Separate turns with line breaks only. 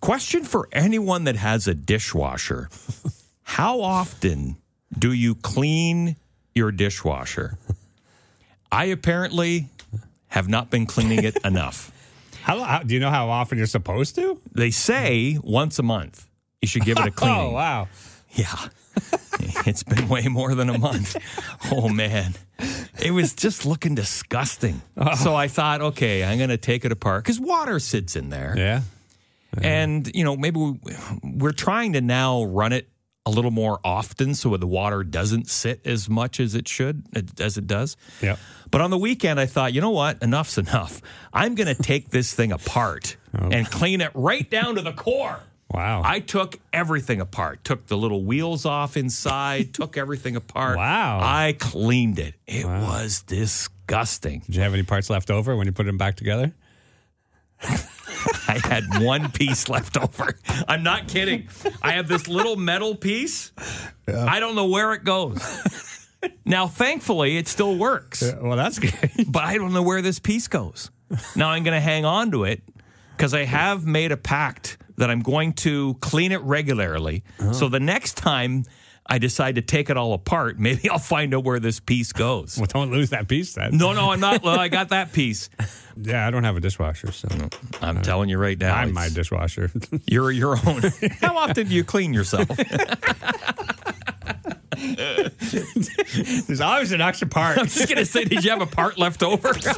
Question for anyone that has a dishwasher How often do you clean your dishwasher? I apparently have not been cleaning it enough.
How, how do you know how often you're supposed to?
They say once a month you should give it a cleaning.
Oh wow!
Yeah. it's been way more than a month. Oh man. It was just looking disgusting.
Oh.
So I thought, okay, I'm going to take it apart cuz water sits in there.
Yeah.
And, you know, maybe we, we're trying to now run it a little more often so the water doesn't sit as much as it should as it does.
Yep.
But on the weekend, I thought, you know what? Enough's enough. I'm going to take this thing apart and clean it right down to the core.
Wow.
I took everything apart. Took the little wheels off inside. took everything apart.
Wow.
I cleaned it. It was disgusting.
Did you have any parts left over when you put them back together?
I had one piece left over. I'm not kidding. I have this little metal piece. I don't know where it goes. now, thankfully, it still works,
Well, that's good.
but I don't know where this piece goes. Now I'm going to hang on to it because I have made a pact that I'm going to clean it regularly. So the next time I decide to take it all apart, maybe I'll find out where this piece goes.
Well, don't lose that piece then.
No, no, I'm not. Well, I got that piece.
Yeah, I don't have a dishwasher, so
I'm telling you right now.
I'm
it's-
my dishwasher.
You're your own. How often do you clean yourself?
There's always an extra part.
I'm just gonna say, did you have a part left over?